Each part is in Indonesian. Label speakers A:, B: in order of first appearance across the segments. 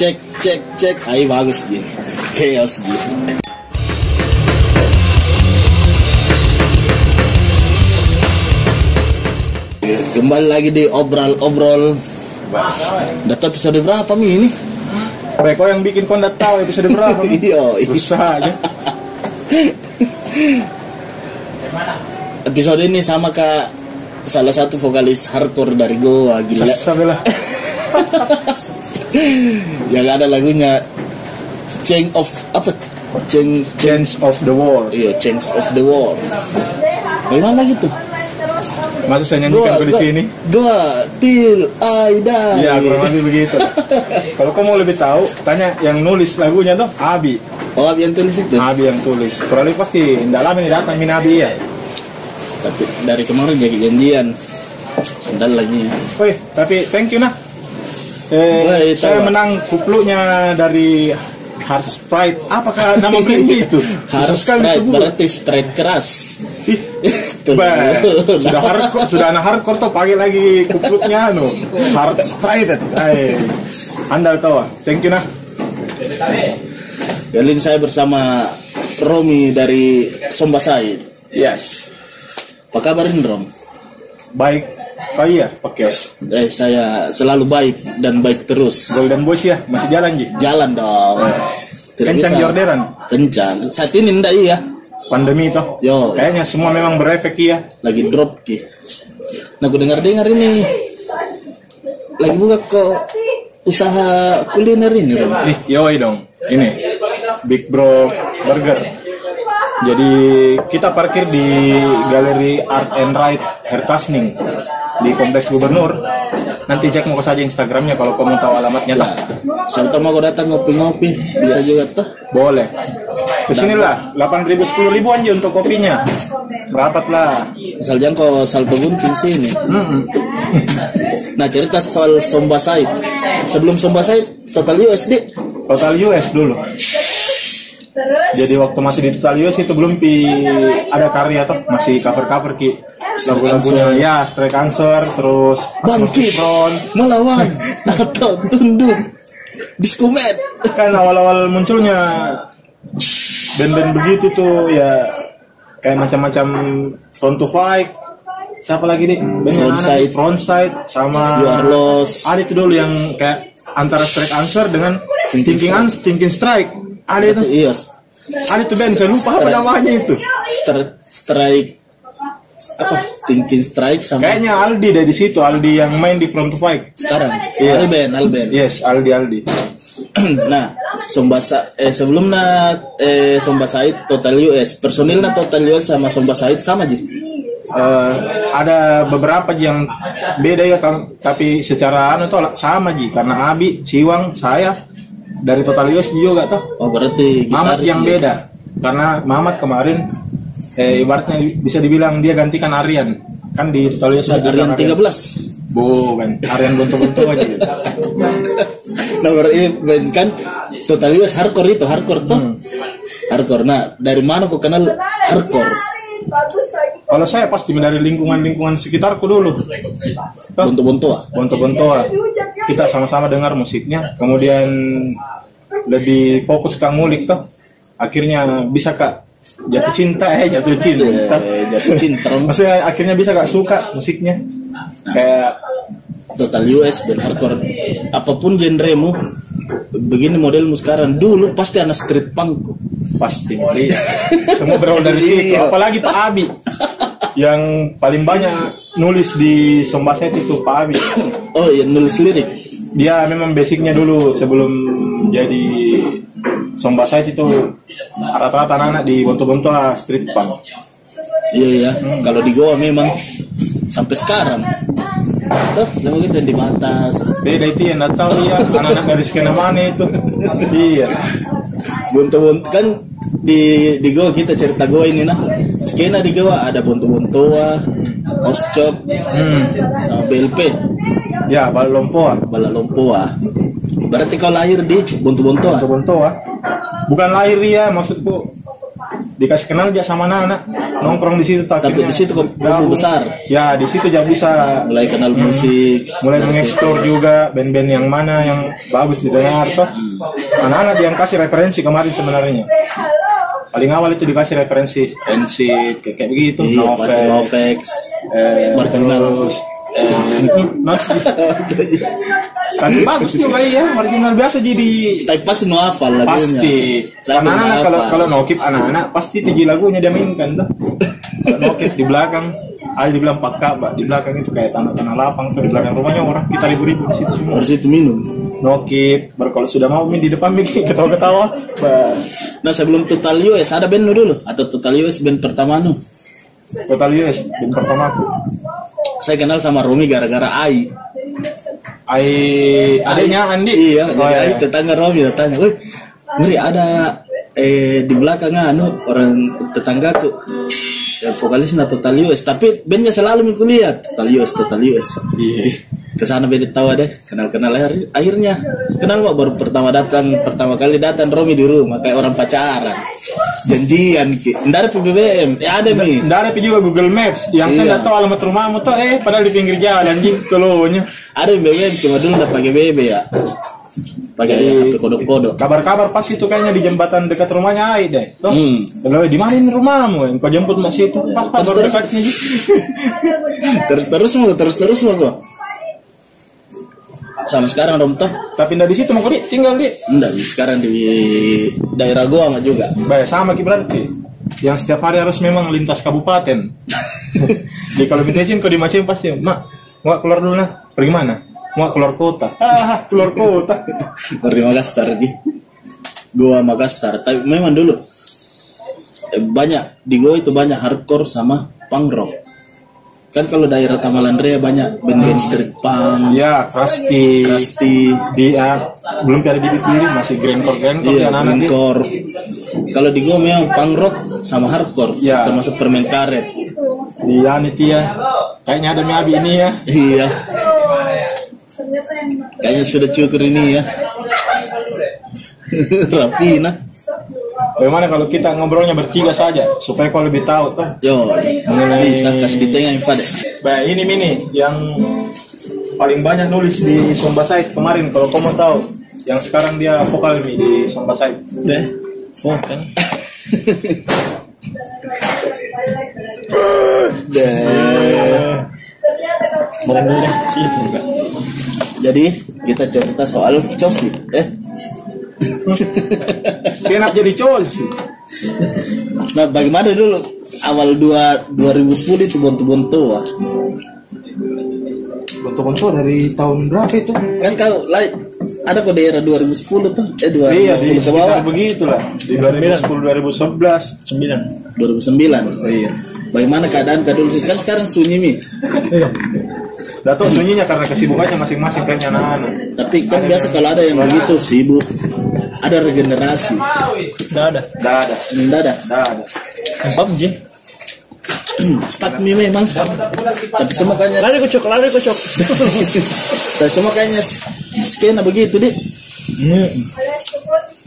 A: cek cek cek ayo bagus Ji chaos Ji Ya, kembali lagi di obrol obrol data episode berapa mi ini
B: Reko yang bikin kon nggak tahu episode berapa nih.
A: Iya, iya.
B: Susah aja.
A: episode ini sama kak salah satu vokalis hardcore dari Goa gila
B: Susah lah.
A: yang ada lagunya Change of apa Change
B: Change of the world.
A: iya Change of the World gimana gitu
B: Masa saya nyanyikan ke di sini?
A: Gua til I die.
B: Iya, kurang lebih begitu. Kalau kamu mau lebih tahu, tanya yang nulis lagunya tuh Abi.
A: Oh, yang tulis itu.
B: Abi yang tulis. Kurang lebih pasti ndak lama ini datang Min Abi ya.
A: Tapi dari kemarin jadi janjian. Sendal lagi.
B: Woi, tapi thank you nah. Eh,
A: Woi,
B: saya
A: tawa.
B: menang kuplunya dari Hard Sprite. Apakah nama brand itu? Susah
A: Harus
B: sekali
A: straight,
B: disebut.
A: berarti straight keras.
B: Ih,
A: Itu.
B: Bah, sudah hardcore, sudah anak hardcore tuh pakai lagi kupluknya anu. Hard sprite. Ay. Anda tahu, ah. thank you nah.
A: Jalin saya bersama Romi dari Somba Said.
B: Yes.
A: Apa kabarin Rom?
B: Baik. Oh iya, pakai
A: Eh, saya selalu baik dan baik terus.
B: Golden Boys ya, masih jalan Ji.
A: Jalan dong. Tidak
B: Kencang
A: bisa.
B: Jordan.
A: Kencang. Saat ini ndak iya.
B: Pandemi toh.
A: Yo.
B: Kayaknya semua memang berefek ya.
A: lagi drop ki nah gue dengar dengar ini lagi buka kok usaha kuliner ini Rom.
B: Ih, yoi dong. Ini Big Bro Burger. Jadi kita parkir di Galeri Art and Ride Hertasning di Kompleks Gubernur. Nanti cek mau saja Instagramnya kalau kamu tahu alamatnya lah.
A: Siapa tahu mau gue datang ngopi-ngopi bisa juga tuh
B: Boleh. Kesinilah, 8.000 10.000 aja untuk kopinya. Rapat lah.
A: asal jangan kau salto gunting sini
B: Mm-mm.
A: nah cerita soal Somba Said sebelum Somba Said total USD
B: Total US dulu. Jadi waktu masih di Total US itu belum pi ada karya atau masih cover-cover ki lagu-lagunya ya Stray Cancer terus
A: bangkit
B: Agnostic Front.
A: melawan atau tunduk diskomet
B: kan awal-awal munculnya band-band begitu tuh ya kayak macam-macam front to fight siapa lagi nih band yang
A: Front
B: anak,
A: Side.
B: front side sama
A: You Are Lost.
B: ada itu dulu yang kayak antara strike answer dengan
A: Thinking
B: thinking, Ans- thinking strike ada itu
A: iya
B: ada itu band saya lupa apa
A: Strike.
B: namanya itu
A: stri- strike apa thinking strike sama
B: kayaknya Aldi dari situ Aldi yang main di front to fight
A: sekarang
B: Iya.
A: Alben Alben
B: yes Aldi Aldi
A: nah Somba Sa- eh sebelumnya eh Somba Said Total US personilnya Total US sama Somba Said sama aja
B: Eh, ada beberapa Ji, yang beda ya Kang. tapi secara anu tuh sama ji karena Abi, Siwang, saya dari Total US juga tuh.
A: oh berarti
B: Mamat
A: gitaris
B: yang
A: ya.
B: beda karena Mamat kemarin eh, ibaratnya bisa dibilang dia gantikan Aryan kan di Total US ada
A: Harian 13
B: bukan Aryan buntu-buntu aja gitu.
A: nomor ini Nah, ben, kan Total US hardcore itu hardcore tuh
B: Hmm.
A: hardcore nah dari mana kok kenal hardcore
B: kalau saya pasti dari lingkungan-lingkungan sekitarku dulu Tuh,
A: bentuk-bentuk ah
B: bonto-bontoan kita sama-sama dengar musiknya kemudian lebih fokus ke ngulik toh akhirnya bisa kak jatuh cinta eh jatuh cinta
A: Eh, jatuh cinta
B: maksudnya akhirnya bisa kak suka musiknya kayak
A: Total US dan hardcore apapun genremu begini modelmu sekarang dulu pasti anak street punk kok.
B: pasti iya. semua berawal dari situ
A: Iya.
B: apalagi Pak Abi yang paling banyak nulis di Sombaset itu Pak Abi
A: oh iya nulis lirik
B: dia memang basicnya dulu sebelum jadi Sombaset itu rata-rata anak-anak di bonto-bonto lah, street punk
A: Iya ya, kalau di Goa memang sampai sekarang. Tuh, sama kita di batas.
B: beda itu yang nggak tahu ya anak-anak dari skena mana itu iya
A: Buntu-buntu kan di di Goa kita cerita Goa ini nah. Skena di Goa ada buntu-buntua, oscok,
B: hmm.
A: sama BLP,
B: ya baru lompoa
A: bala lompoa. Berarti kau lahir di ah. buntu-buntua.
B: bonto-bonto bukan lahir ya maksudku dikasih kenal aja sama anak-anak nongkrong di situ tapi
A: Tapi di situ kok gabung besar.
B: ya di situ jauh bisa
A: Mulai kenal
B: Hmm.
A: musik,
B: mulai
A: dari situ.
B: mengeksplor juga band-band yang mana yang bagus didengar toh anak-anak yang kasih referensi kemarin sebenarnya paling awal itu dikasih referensi Rancid kayak kayak begitu
A: Iya,
B: Novex,
A: pasti Novex,
B: eh,
A: Marginal.
B: terus, eh, Novex. kan bagus juga iya marginal biasa jadi
A: Tapi pasti no hafal lagunya.
B: pasti
A: Saya
B: karena anak
A: belum
B: kalau
A: hafal.
B: kalau nokip anak-anak pasti tujuh lagunya dia mainkan tuh kalau nokip di belakang ada di bilang pakak mbak di belakang itu kayak tanah-tanah lapang tuh di belakang rumahnya orang kita libur-libur di situ semua
A: harus itu minum.
B: nokip baru kalau sudah mau main di depan bikin ketawa-ketawa Mbak,
A: Nah sebelum Total US ada band lu dulu atau Total US band pertama nu.
B: total US yang pertama aku
A: Saya kenal sama Romi gara-gara Ai.
B: Ai adanya Andi
A: Iya,
B: Oh,
A: jadi
B: iya.
A: Ai tetangga Romi tetangga. Wih, ngeri ada eh di belakang anu orang tetanggaku ya, vokalisnya Total US tapi bandnya selalu minggu lihat Total US Total US
B: Iya.
A: kesana beda tawa deh kenal kenal akhirnya kenal kok baru pertama datang pertama kali datang Romi di rumah kayak orang pacaran janjian ki ndak ada PBBM ya ada nih
B: Nggak ada juga Google Maps
A: Iya.
B: yang saya nggak tahu alamat rumahmu tuh eh padahal di pinggir jalan anjing tolonya
A: ada yang BBM cuma dulu nggak pakai BB ya pakai
B: Iya,
A: HP kodok-kodok
B: Kabar-kabar pas itu kayaknya di jembatan dekat rumahnya Ai deh. Tuh.
A: Hmm.
B: Lalu di mana ini rumahmu? Yang kau jemput masih itu.
A: Terus,
B: Pak, baru
A: terus.
B: dekatnya.
A: terus-terus mau terus-terus mau kok sama sekarang Rom toh
B: Tapi ndak di situ mau di tinggal di.
A: enggak sekarang di daerah gua mah juga
B: Bah, sama ki berarti. Yang setiap hari harus memang lintas kabupaten. Jadi kalau minta izin kau di Macem pasti, "Mak, mau nggak keluar dulu nah. Pergi mana?" Mau nggak keluar kota. Ah, keluar kota.
A: dari Makassar Gi. gua Makassar tapi memang dulu eh, banyak di gua itu banyak hardcore sama punk rock kan kalau daerah Tamalandrea banyak band-band street punk
B: ya, pasti
A: Krusty
B: dia belum ada bibit dulu masih ya, grandcore grandcore
A: Iya,
B: yang anak dia.
A: grindcore. Kalau di gua memang punk rock sama hardcore,
B: Iya.
A: termasuk permentaret.
B: di Anitia. Iya, Kayaknya ada Miabi ini ya.
A: Iya. Kayaknya sudah cukur ini ya. Rapi nah.
B: Bagaimana kalau kita ngobrolnya bertiga saja supaya kau lebih tahu tuh.
A: Yo,
B: Mengenai-
A: bisa kasih di tengah yang pada.
B: Bah, ini mini yang paling banyak nulis di Somba Side kemarin kalau kau mau tahu. Yang sekarang dia vokal Mi, di Somba Side.
A: Deh.
B: Vokal.
A: Deh.
B: Merendahnya sih enggak.
A: Jadi kita cerita soal Chelsea. Eh,
B: Enak jadi cowok sih.
A: nah bagaimana dulu awal dua 2010 itu bontu-bontu wah.
B: Bentuk-bentuk dari tahun berapa itu?
A: Kan kau like ada kok daerah 2010 tuh, eh 2010
B: Iya, di
A: ke bawah,
B: sekitar begitulah. Di 2010 2011 9.
A: 2009.
B: Oh iya.
A: Bagaimana keadaan kau dulu? Kan sekarang sunyi mi.
B: Iya. Datuk sunyinya karena kesibukannya masing-masing kan, kayaknya anak-anak.
A: Tapi kan biasa kalau ada yang begitu sibuk, ada regenerasi.
B: Enggak ada. Enggak ada.
A: Enggak ada.
B: Enggak ada.
C: PUBG.
A: Stuck mi memang. Tapi semua kayaknya,
C: Lari kucuk, lari kucuk.
A: tapi semua kayaknya gitu, s- skena begitu deh.
B: Iya.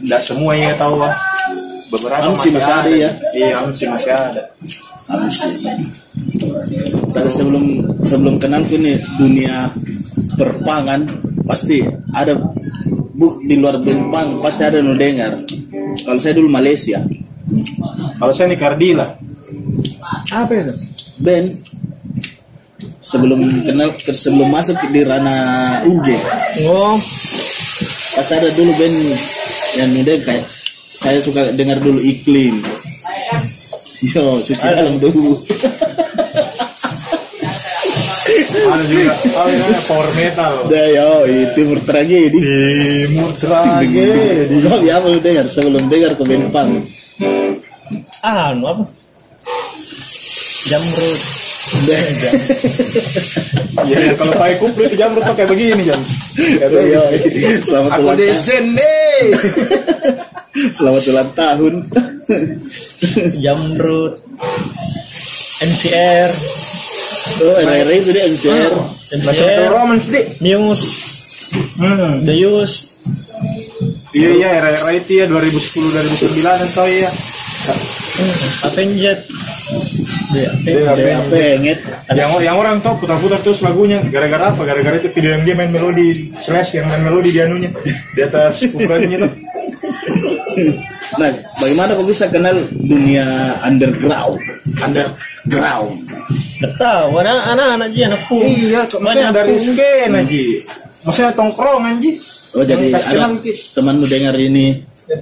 B: Nggak semuanya tahu Bang. Beberapa
A: Amsi masih ada, ya?
B: Iya, Amsi masih ada.
A: Tapi sebelum sebelum kenal ku nih dunia perpangan pasti ada buk di luar bentang pasti ada yang dengar. Kalau saya dulu Malaysia,
B: Kalau saya nih Kardila. Apa itu?
A: band sebelum kenal sebelum masuk di ranah UG
B: Oh,
A: pasti ada dulu band yang muda kayak saya suka dengar dulu iklim yo suci dalam dulu
B: ada juga. Oh, ini namanya power metal. Iya,
A: dah yo itu bertragedi
B: Timur tragedi.
A: kau ya mau dengar sebelum dengar ke band punk
C: Ah, anu apa? Jamrut.
A: Dah,
B: Iya, kalau pakai kuplu itu jamrut tuh kayak begini jam. Kayak
A: yo,
B: begini.
A: yo. selamat
B: Aku
A: ulang tahun
B: desen deh.
A: selamat ulang tahun
C: Jamrut. MCR.
A: oh RR itu dia MCR
B: Ah. Masih ada
C: MCR.
B: romance deh.
C: Muse.
B: Hmm.
C: The Used.
B: Iya iya era-era kan, ya. itu ya 2010 2009 atau iya.
C: Avenged.
B: DAP.
A: Pengen.
B: Yang, yang orang tau putar-putar terus lagunya gara-gara apa? Gara-gara itu video yang dia main melodi slash yang main melodi di anunya di atas ukurannya tuh.
A: Nah, bagaimana kau bisa kenal dunia underground? Underground.
C: Gak tahu, anak- Ah, anak-anak aja anak pun.
B: Iya, maksudnya dari scan aja. Maksudnya tongkrong anji.
A: Oh jadi
B: Kasih kenal,
A: ada
B: Ki.
A: temanmu dengar ini,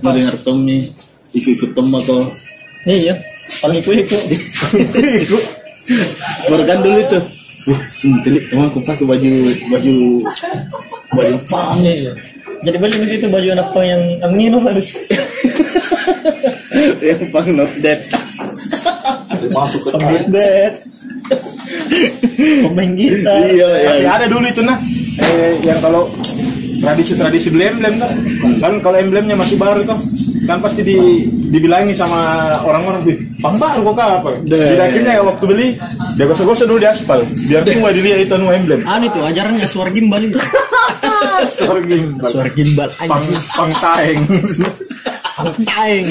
A: mau dengar Tommy, ikut-ikut Tom atau
C: Iya, paling iku-iku.
A: Morgan dulu itu. Wah, sentili, emang aku pakai baju baju baju pang.
C: Iya. Jadi beli di situ baju anak pang yang yang Nino aduh.
A: yang pang not dead.
B: Masuk ke
C: Update bet. Pemain gitar.
A: Iya, iya.
B: Ya, ada dulu itu nah eh, yang kalau tradisi-tradisi beli emblem tuh kan kalau emblemnya masih baru tuh kan pasti di, dibilangi sama orang-orang "Wih, pang baru kok Kak?" apa
A: Deh.
B: di akhirnya waktu beli dia gosok-gosok dulu di aspal biar semua dilihat itu anu emblem
C: Anu itu ajarannya suar gimbal itu.
B: suara gimbal
C: Suar gimbal
B: pang
C: anjing.
B: pang taeng
C: Taeng.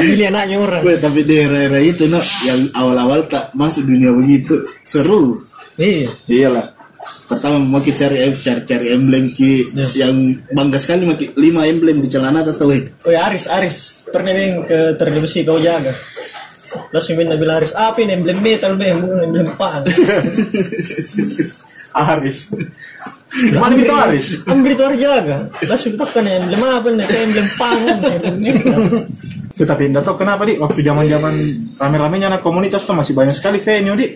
C: Ambil ya, anaknya orang.
A: Wah, tapi daerah-daerah itu no, yang awal-awal tak masuk dunia begitu seru.
C: Iya.
B: iyalah
A: Pertama maki cari em- cari cari emblem ki
B: Ya.
C: Iya.
A: yang bangga sekali maki lima emblem di celana atau weh.
C: Oh ya Aris, Aris. Pernah bing ke Terlebesi kau jaga. Lalu minta bilang Aris, apa ini emblem metal bing, bukan emblem pang.
B: Aris mana itu Kan gitu, Aris
C: Ambil itu Kan gitu, Aris jaga. Lalu pakai nih emblem apa nih, kayak emblem pang. emblem metal.
B: tetapi enggak tahu kenapa di waktu zaman-zaman rame-ramenya anak komunitas tuh masih banyak sekali venue di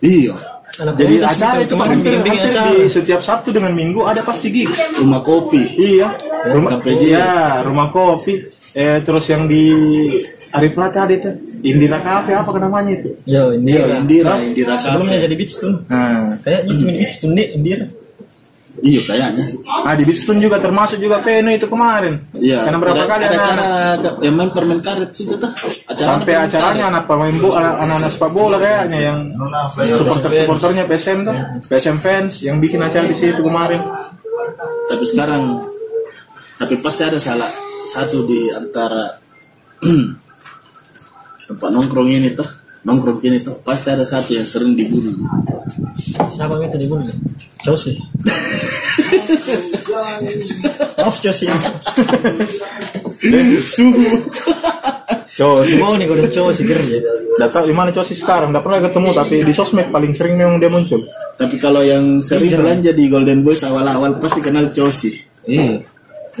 A: Iya.
C: Anak
B: Jadi
C: komunitas
B: acara
C: kita
B: itu
C: kemarin
B: Pak, hampir,
C: bimbing
B: hampir
C: acara.
B: di setiap Sabtu dengan Minggu ada pasti gigs.
A: Rumah kopi.
B: Iya, rumah
A: KPJ.
B: iya, rumah kopi. Eh terus yang di Arif Plata ada itu. Indira Cafe apa namanya itu?
C: Yo, Indira.
A: Iya, Indira, Indira
C: Sebelumnya
A: Cafe.
C: jadi beach tuh.
B: Nah,
C: Kayaknya cuma di beach tuh nih Indira.
A: Iya kayaknya.
B: ah di Bistun juga termasuk juga venue itu kemarin.
A: Iya.
B: Karena berapa
A: ada-
B: kali
A: ada
B: anak-anak
A: acara yang main permen karet situ tuh. Acara
B: sampai
A: permen
B: acaranya anak pemain bola anak-anak sepak bola kayaknya yang supporter-supporternya PSM tuh, PSM fans yang bikin acara di situ kemarin.
A: karet. Tapi sekarang tapi pasti ada salah satu di antara tempat nongkrong ini tuh nongkrong ini tuh pasti ada satu yang sering dibunuh
C: Siapa yang tadi bunuh? Chelsea. Maaf Chelsea.
A: suhu
B: Cos,
C: Mau nih kalau Chelsea kerja.
B: Nggak tahu di mana Cosi sekarang, nggak pernah ketemu tapi di sosmed paling sering memang dia muncul.
A: tapi kalau yang sering belanja di Golden Boys awal-awal pasti kenal Chelsea
B: Hmm.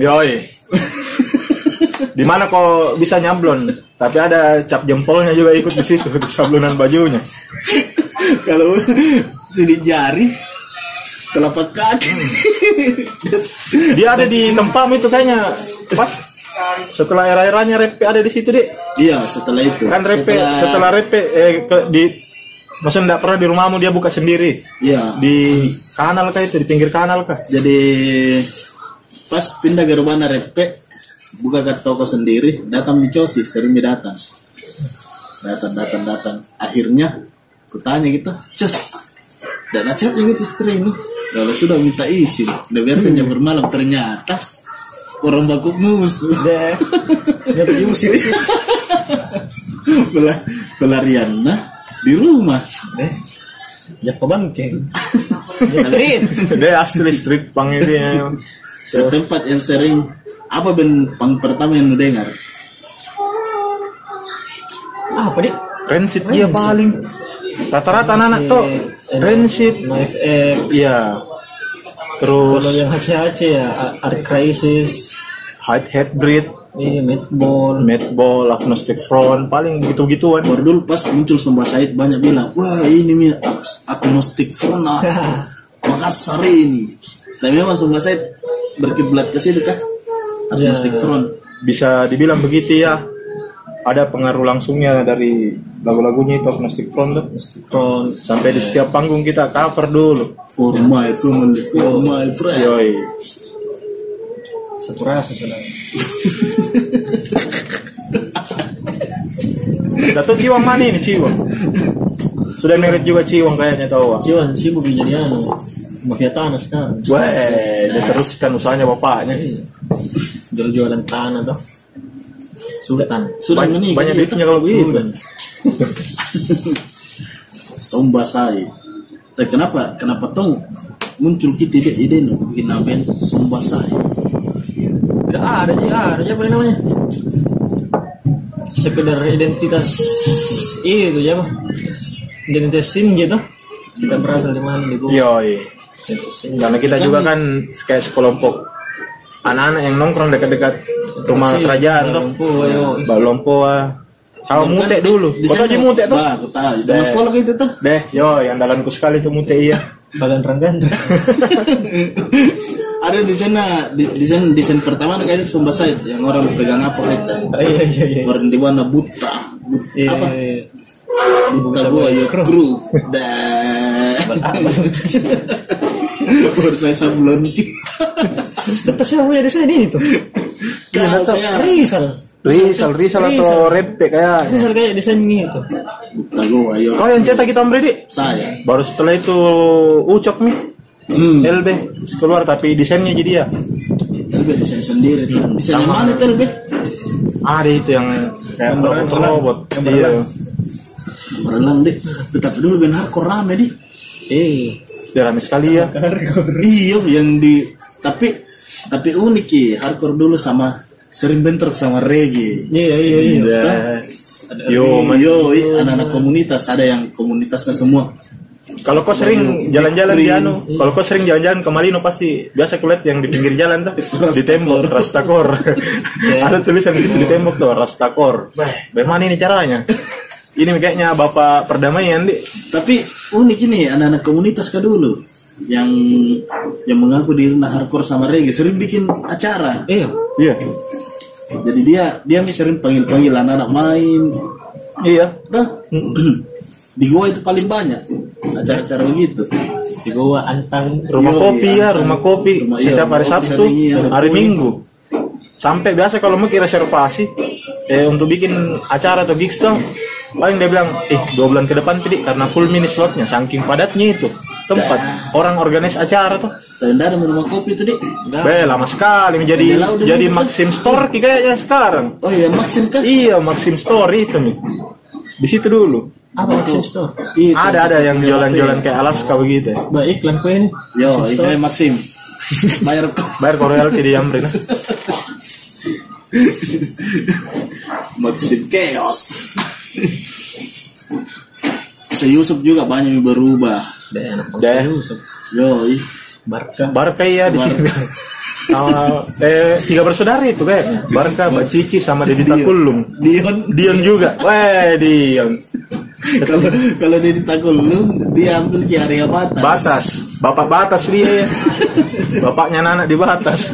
C: Iya.
B: Yoi. di mana kok bisa nyablon? Tapi ada cap jempolnya juga ikut di situ di sablonan bajunya.
A: kalau sini jari telapak kaki
B: Hmm. Dia ada di tempam itu kayaknya pas setelah era-eranya Repe ada di situ deh.
A: iya setelah itu
B: Kan Repe
A: Setelah-
B: setelah Repe eh, ke- di maksudnya nggak pernah di rumahmu dia buka sendiri
A: iya
B: di kanal kah itu di pinggir kanal kah?
A: jadi pas pindah ke rumah repe buka ke toko sendiri datang di Chelsea sering dia datang datang datang datang akhirnya kutanya gitu Cus dan acaranya gitu istri ini kalau sudah minta izin udah biarkan jam bermalam ternyata orang baku musuh
C: Deh. Dia tadi musik.
A: Pelar pelarian nah di rumah
C: Deh. Jaka bangkeng. Nyetrit.
B: Dia asli street pang ini ya.
A: Ke tempat yang sering apa ben pang pertama yang lu dengar
C: Ah, Apa dik?
B: Rancid dia Iya, paling. Rata-rata anak tuh rancid.
C: Knife X.
B: Iya.
C: eh, Kalau
B: Terus
C: yang HCHC ya, A- Art Crisis,
B: hide head breed,
C: ini Madball.
B: netball, agnostic front, paling gitu-gituan.
A: Baru dulu pas muncul Sumba Said banyak bilang, wah ini nih ag- agnostik front ah. Makassar ini. Tapi memang Sumba Said berkiblat ke situ kan? Agnostik
C: Ya.
A: front.
B: Bisa dibilang begitu ya. Ada pengaruh langsungnya dari lagu-lagunya itu agnostic front tuh.
C: Tron.
B: Sampai di setiap panggung kita cover dulu.
A: For
B: Ya.
A: my family,
B: Oh.
A: for my friend.
B: Yoi.
C: Satu rasa sebenarnya.
B: Dato Ciwang mana ini Ciwang? Sudah merit juga Ciwang kayaknya tahu.
C: Ciwan sibuk jadi anu. Mafia tanah sekarang. Eh, iya.
B: Wah, dia teruskan usahanya bapaknya.
C: Jual-jualan tanah tuh. Sultan.
A: Sudah
B: Banyak-
A: menikah.
B: banyak
A: iya.
B: duitnya kalau begitu.
C: Sultan.
A: Somba Sai. Tapi kenapa? Kenapa tong muncul kita ide ide nak bikin aben Somba Sai?
C: Tidak ada sih, ada aja paling namanya. Sekedar identitas itu ya, Pak. Identitas SIM gitu. Kita berasal di mana di bawah.
B: Yoi.
C: Identitas SIM.
B: Karena kita juga kan kayak sekelompok anak-anak yang nongkrong dekat-dekat rumah
C: Sih,
B: kerajaan tuh.
C: Lumpuh, ayo.
B: Balompoa. Sama mutek dulu.
A: Kan Di
B: Kau
A: sana
B: aja mutek tuh.
A: Bah, aku tahu. Di dalam sekolah gitu tuh.
B: Deh, yo, yang dalanku sekali tuh mutek iya.
C: Bagan renggan.
A: Ada di sana di desain desain pertama ada kayaknya Somba Sai yang orang pegang apa kita?
C: Iya iya iya.
A: Orang di mana buta, buta
C: Iya,
A: apa?
C: iya, iya.
A: Buta gua ya kru. Dah. Baru saya sablon.
C: Dapat siapa yang ada saya di itu?
A: Kau kayak
C: Rizal.
B: Risal, Risal atau Repek kayak.
C: Rizal kayak desain ini itu.
A: buta gua ya
B: Kau yang cetak kita ambil dik.
A: saya. Eh,
B: Baru setelah itu ucok nih. LB keluar tapi desainnya jadi ya.
A: Tapi desain sendiri. tuh. Desain yang mana tuh? Lebih?
B: Ada Ah, itu yang kayak
C: Gambaran
B: robot
C: orang.
B: robot.
C: Gambaran
B: Iya.
C: orang.
A: Berenang deh. Tapi dulu ben hardcore rame deh.
C: Eh,
B: Dia rame sekali ya.
C: kargo.
A: Iya yang di tapi tapi unik ya hardcore dulu sama sering bentrok sama reggae.
C: Iya iya iya.
B: Dah.
A: Yo,
B: Yo, man.
A: yo, ih, anak-anak komunitas ada yang komunitasnya semua.
B: Kalau kau sering jalan-jalan di
A: Green.
B: anu, kalau kau sering jalan-jalan ke Malino pasti biasa kulit yang di pinggir jalan tuh, di tembok Rastakor. Ada tulisan gitu di tembok tuh Rastakor. Bagaimana ini caranya? Ini kayaknya Bapak perdamaian, Dik.
A: Tapi unik ini anak-anak komunitas ke dulu yang yang mengaku dirinya hardcore sama reggae sering bikin acara.
C: Iya.
B: Iya.
A: Jadi dia dia mi sering panggil-panggil anak-anak main.
B: Iya.
A: Tuh. di gua itu paling banyak acara-acara begitu.
C: Di bawah antang.
B: Rumah
A: Yo,
B: kopi
A: iya.
B: ya, rumah kopi
A: Rumah- iya,
B: setiap
A: rumah
B: hari
A: kopi
B: Sabtu,
A: sering, iya.
B: hari Minggu. Sampai biasa kalau mau kira reservasi eh untuk bikin acara atau gigs tuh paling dia bilang eh dua bulan ke depan pidik karena full mini slotnya saking padatnya itu tempat orang organize acara tuh
A: Dan ada rumah kopi itu deh.
B: Be, lama sekali menjadi
A: Padahal udah
B: jadi
A: gitu.
B: Maxim Store ki kayaknya sekarang.
A: Oh iya Maxim kan?
B: Iya, Maxim Store itu nih. Di situ dulu.
C: Apa Maxim Store?
A: Iya,
B: ada ada yang jualan-jualan kayak Alaska begitu. ya.
C: Baik, iklan kue ini.
A: Yo,
C: Maxim
A: itu
C: Store.
A: eh, Maxim. Bayar kok.
B: Bayar kau royalti di nah. Amrin.
A: Maxim chaos. Se Yusuf juga banyak yang berubah.
C: Deh, anak Maxim
B: Deh.
C: Yusuf.
A: Yo, ih.
C: Barca.
B: Barca ya di situ. Sama eh tiga bersaudara itu kayak Barca, Bacici sama Deddy Takulung.
A: Dion
B: Dion juga. Weh, Dion.
A: kalau kalau dia ditakul lu dia ambil di area batas.
B: Batas. Bapak batas dia ya. Bapaknya anak di batas.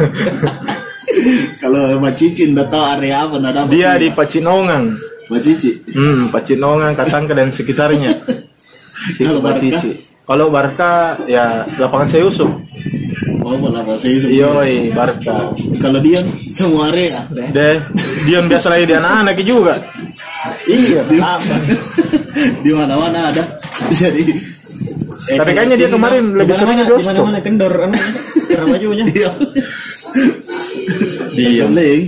A: Kalau Mbak Cicin udah tahu area apa nada apa.
B: Dia di Pacinongan.
A: Mbak Cici.
B: Hmm, Pacinongan, Katangka dan sekitarnya. Situ
A: Kalau Barca?
B: Batici. Kalau Barca ya lapangan saya Yusuf.
A: Oh, malah bahasa Yusuf.
B: Yoi, Barca.
A: Kalau Dion semua area.
B: Deh, Dion biasa lagi di anak-anak juga. Iya.
A: Di di mana-mana ada. Jadi eh,
B: Tapi kayaknya dia kemarin lebih
C: Di Iya.
B: seringnya
C: mana-mana,
B: dos.
C: di mana-mana kendor anu, anak Kira bajunya.
A: Dion.
B: Dion.
A: Dion.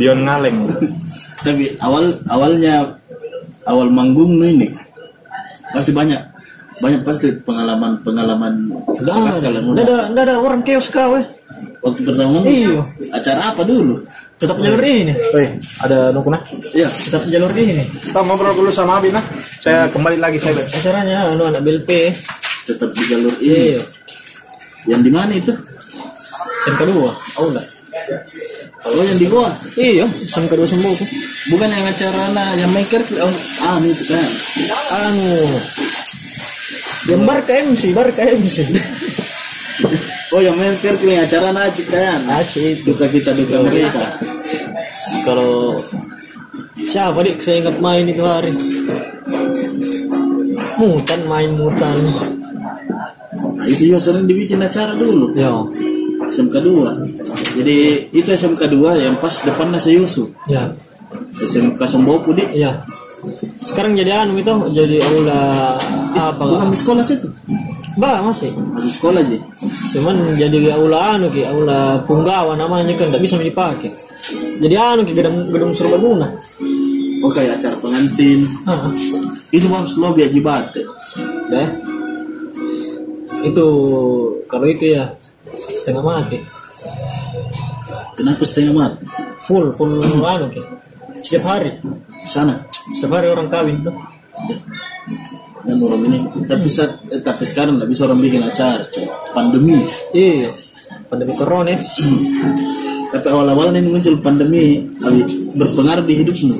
B: Dion ngaleng.
A: Tapi awal awalnya awal manggung nih ini pasti banyak banyak pasti pengalaman pengalaman
C: Nggak ada, nggak ada, nggak ada orang keos kau eh.
A: waktu pertama manggung
C: Iya.
A: acara apa dulu
C: Tetap jalur ini.
B: Weh, ada nukuna.
A: ya
C: Tetap jalur ini.
B: Kita ngobrol dulu sama Abi nah. Saya kembali lagi saya. Beb.
C: Acaranya anu anak BLP.
A: tetap di jalur ini
C: Iya.
A: yang di mana itu
C: Sem kedua. Oh enggak.
A: oh yang di gua
C: Iya, sem kedua semua aku.
A: bukan yang acara nah yang maker oh, ah ini itu kan
C: Anu. Yang Barca MC, Barca MC.
A: oh yang maker yang acara nah cik kan
C: Aci itu.
A: duka kita duka mereka
C: Kalau siapa dik saya ingat main itu hari mutan main mutan
A: nah, itu juga sering dibikin acara dulu
C: ya
A: SMK 2 jadi itu SMK 2 yang pas depannya saya Yusuf
C: ya
A: SMK Sombopu deh
C: ya sekarang jadi anu itu jadi aula apa
A: Bukan di sekolah situ.
C: Ba masih.
A: masih sekolah aja
C: Cuman jadi aula anu ki, aula punggawa namanya kan tidak bisa dipakai. Jadi anu ki gedung gedung serbaguna.
A: oh kayak acara pengantin
C: Hah.
A: itu mas lo biar jibat
C: Dah. Itu kalau itu ya setengah mati.
A: kenapa setengah mati
C: Full full anu ki. Setiap hari,
A: sana
C: setiap hari orang kawin tuh.
A: dan orang ini tapi saat eh, tapi sekarang nggak bisa orang bikin acara cuy. pandemi
C: Iya. Pandemi corona.
A: tapi awal-awal ini muncul pandemi habis berpengaruh di hidup lu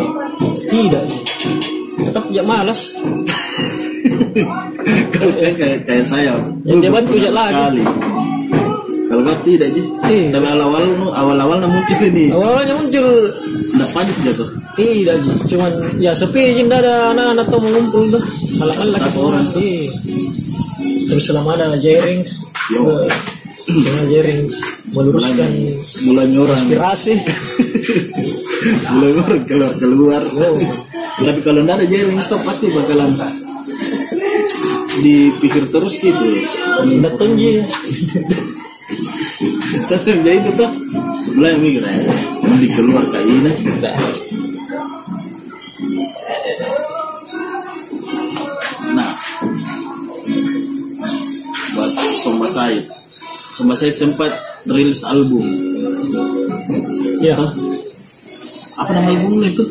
C: Tidak. Tetap ya malas.
A: kayak kayak kayak saya
C: Ya, dia bantu je lah,
A: sekali kalau kau tidak sih
C: Iya.
A: tapi awal-awal nu- awal-awal nah muncul ini
C: Awalnya muncul
A: nggak panik jago
C: Tidak, Ji. cuman ya sepi jin ada anak-anak tuh mengumpul tuh. Malah-malah lagi
A: Satu orang.
C: Iya. Tapi selama ada Jerings,
A: Yo.
C: eh, selama Jerings meluruskan
A: mulai orang
C: aspirasi.
A: mulai orang keluar keluar
C: Oh.
A: tapi kalau nggak ada jaring stop pasti bakalan dipikir terus gitu
C: Datang Ji.
A: saya sejak itu tuh mulai mikir ya mending keluar kayak ini Nah, Mas Somba Said. Somba Said sempat rilis album.
C: Ya.
A: Apa nama albumnya itu?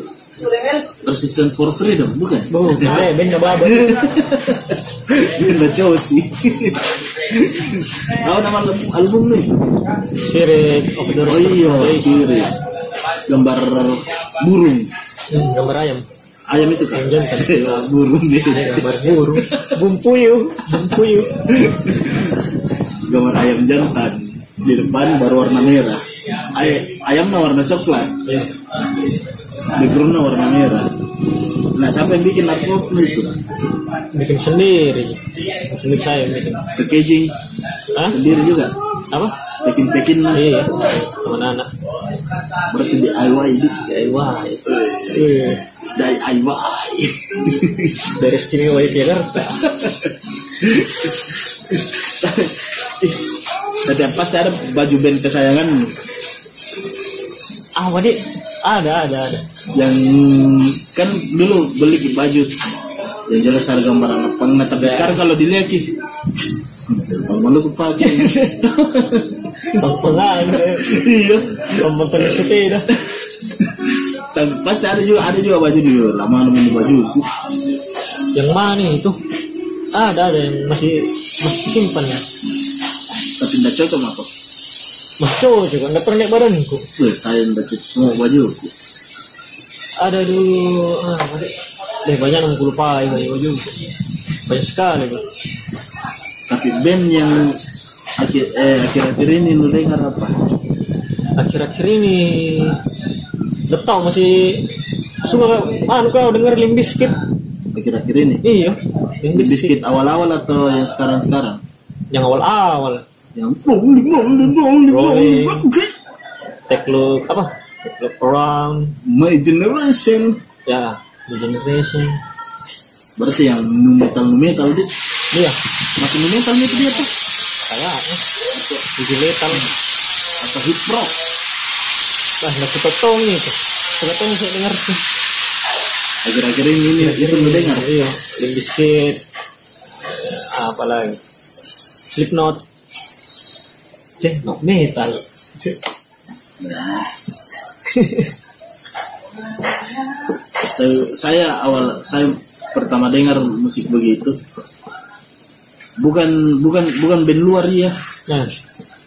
A: Resistance for Freedom, bukan?
C: Bu, eh ben enggak babak.
A: Gila jauh sih. Tahu nama album, album nih?
C: Spirit of the
A: Oh
C: Rooster
A: iya,
C: Place.
A: Spirit. Gambar burung.
C: Hmm, gambar ayam,
A: Ayam itu kan?
C: Ayam jantan.
A: Wah, burung dia.
C: Ini gambar burung. Bumpuyu, bumpuyu.
A: Gambar ayam jantan. Di depan baru warna merah. Ay ayamnya warna coklat.
C: Ya.
A: backgroundnya warna merah nah siapa yang bikin artworknya itu
C: Bikin sendiri. Sendiri saya bikin.
A: packaging
C: Hah?
A: sendiri juga
C: Apa?
A: bikin packing lah
C: Iya, sama anak.
A: berarti DIY di
C: DIY. Iya.
A: DIY
C: dari istimewa Yogyakarta
A: setiap pasti ada baju band kesayangan
C: ah wadi ada ada ada
A: yang kan dulu beli ki baju yang jelas harga barang apa enggak tapi sekarang kalau dilihat ki Bang lu pakai
C: pengpengan
A: iya
C: pembentuk itu dah
A: tapi pasti ada juga ada juga baju dulu lama nemu baju
C: yang mana itu ada ada yang masih masih simpan ya
A: tapi tidak cocok apa
C: masih cowok juga nggak pernah lihat badanku
A: Wih, saya tidak cocok semua baju
C: ada dulu ah wadi deh banyak yang aku lupa ya baju baju banyak sekali bro.
A: tapi band yang akhir eh akhir-akhir ini lu dengar apa
C: akhir-akhir ini nggak tahu masih suka anu kau denger limbiskit
A: akhir-akhir ini
C: iya
A: di biskuit
C: limbiskit
A: awal-awal atau yang sekarang-sekarang
C: yang awal-awal
A: yang rolling rolling rolling rolling
C: Rolling. take look apa take look around
A: my generation
C: ya the generation
A: berarti yang nu metal nu metal dit
C: iya
A: masih nu metal itu dia apa
C: kayaknya uji letal
A: atau hip rock
C: lah nggak ketotong nih tuh ketotong saya dengar tuh
A: akhir-akhir ini ini itu lu dengar
C: iya Limp Bizkit apa lagi Slipknot Death Note Metal
A: saya, saya awal saya pertama dengar musik begitu bukan bukan bukan band luar ya
C: nah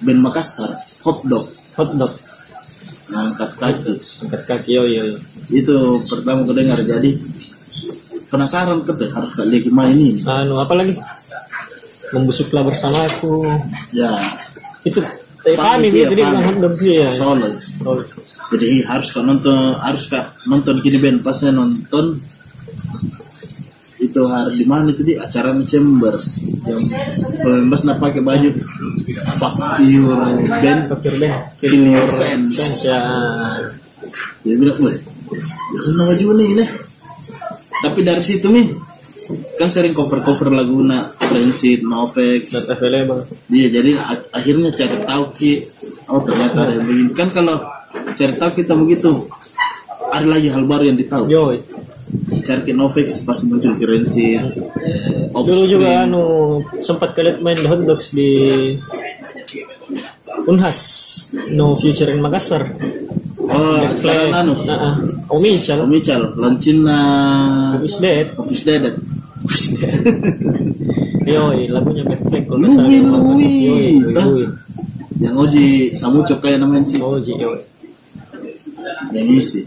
A: band Makassar Hotdog
C: hotdog
A: ngangkat kaki
C: angkat kaki oh iya iya.
A: itu pertama aku dengar jadi penasaran ke deh, harus kali lagi main ini
C: anu apa lagi membusuklah bersamaku
A: ya
C: itu eh,
A: Paham
C: kami
A: itu
C: dia
A: ya,
C: jadi
A: paham.
C: bukan hotdog sih ya
A: solo
C: Oh,
A: jadi harus kau nonton harus kau nonton kini band pas saya nonton itu hari di mana itu di acara Chambers yang pembebas nak pakai baju fuck your band
C: Dr. Ben ya.
A: kill your fans ya.
C: Pensiun
A: kan dia bilang wah kenapa baju ini nih tapi dari situ min kan sering cover cover lagu na Rancid, Novex
C: Not available.
A: Iya, jadi ak- akhirnya cari tahu ki, oh ternyata ada yang begini. Kan kalau cari tahu kita begitu, ada lagi hal baru yang ditahu.
C: Yo. eh.
A: Cari ki Novix pasti muncul currency.
C: Dulu juga anu sempat kalian main The Hot Dogs di Unhas No Future in Makassar.
A: Oh, klien anu,
C: Nah, Omi Chal
A: Michal, launching na
C: is dead.
A: Opus Dedet.
C: Yo, eh, lagunya Perfect kalau nggak
A: Louis,
C: salah.
A: Louis.
C: Yo, eh, Louis.
A: Yang Oji Samucok kayak namanya sih,
C: Moji, yo. eh.
A: yang isi.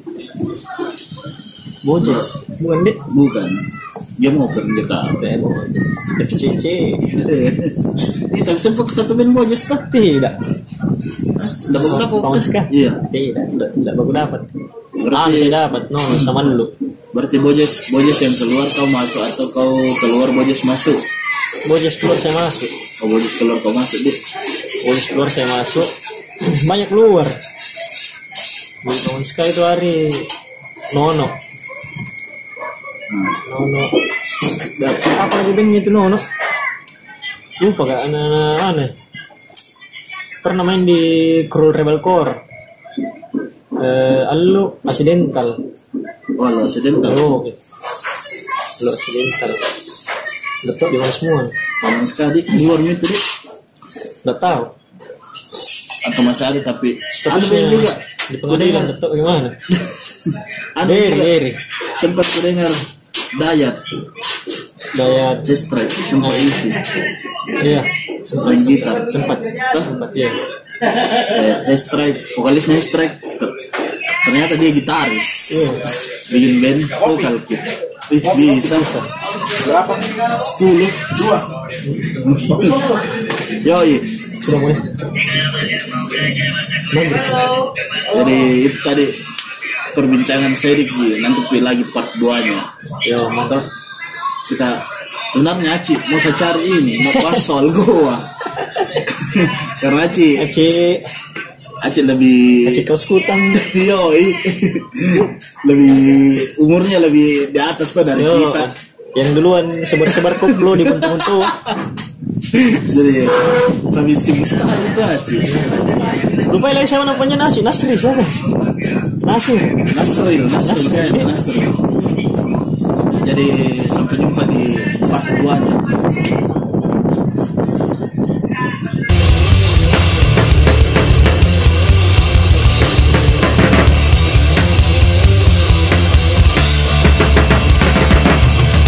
C: Mojes. Bukan Eh, deh.
A: Bukan. Dia mau open dia kak.
C: Mojes. FCC.
A: Ih, tapi sempat satu band mau aja kah?
C: Tidak.
A: Dapat berapa?
C: Bounce kah?
A: Iya.
C: Tidak. Tidak tidak baku dapat. Ah,
A: Berarti-
C: saya dapat. No, sama dulu.
A: Berarti Bojes Bojes yang keluar kau masuk atau kau keluar Bojes masuk?
C: Mojes keluar saya masuk.
A: Kau Bojes keluar kau masuk deh.
C: Boys keluar saya masuk banyak keluar Boy Town Sky itu hari Nono
A: Nah,
C: Nono Dan apa lagi bandnya itu Nono lupa kak anak-anak aneh pernah main di Cruel Rebel Core eh Allo Accidental
A: wah lo accidental.
C: Allo oke Allo Accidental Betul di mana semua
A: Paman sekali keluarnya itu deh.
C: Nggak tahu
A: Atau masih ada tapi ada
C: Statusnya
A: yang juga.
C: di
A: Kau dengar,
C: pengadilan betul gimana
A: ada yang
C: Deri,
A: juga.
C: Deri
A: Sempat ku dengar Dayat,
C: Daya
A: Destrike, sempat isi,
C: Iya,
A: main gitar.
C: sempat,
A: Tuh,
C: sempat ya.
A: Dayat Destrike, vokalisnya Destrike. Ter- Ternyata dia gitaris.
C: Iya.
A: Bikin band vokal kit. Ih, bisa.
B: Berapa?
A: Sepuluh.
B: Dua.
A: Yoi.
C: Sudah mulai. Mandiri.
A: Jadi itu tadi perbincangan seri Gi. nanti pilih lagi part 2 nya
C: Yo, mantap.
A: kita sebenarnya Aci mau saya cari ini mau bahas soal goa karena Aci
C: Aci,
A: Aci lebih
C: Aci kau skutang.
A: yoi lebih umurnya lebih di atas tuh dari
C: Yo,
A: kita
C: yang duluan sebar-sebar koplo di buntu-buntu.
A: jadi kami sibuk sekali tuh Aci
C: Lupa lagi siapa namanya Nasi, Nasri siapa? Nasi.
A: Nasril Nasril kayaknya Nasril jadi sampai jumpa di part 2 nya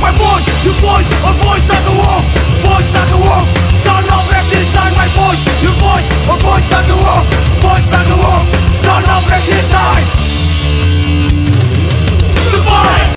D: My voice, your voice, a